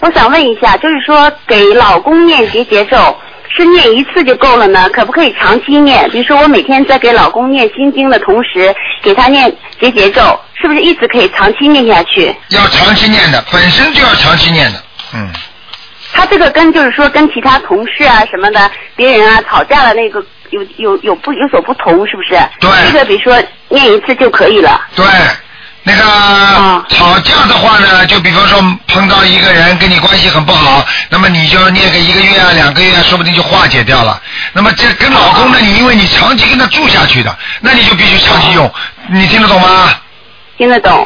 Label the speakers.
Speaker 1: 我想问一下，就是说给老公念结节咒，是念一次就够了呢？可不可以长期念？比如说我每天在给老公念心经的同时，给他念结节咒，是不是一直可以长期念下去？
Speaker 2: 要长期念的，本身就要长期念的，嗯，
Speaker 1: 他这个跟就是说跟其他同事啊什么的，别人啊吵架的那个有有有不有所不同，是不是？
Speaker 2: 对
Speaker 1: 这个比如说念一次就可以了。
Speaker 2: 对。那个、吵架的话呢，就比方说碰到一个人跟你关系很不好，那么你就念个一个月啊、两个月啊，说不定就化解掉了。那么这跟老公呢，你因为你长期跟他住下去的，那你就必须长期用，你听得懂吗？
Speaker 1: 听得懂。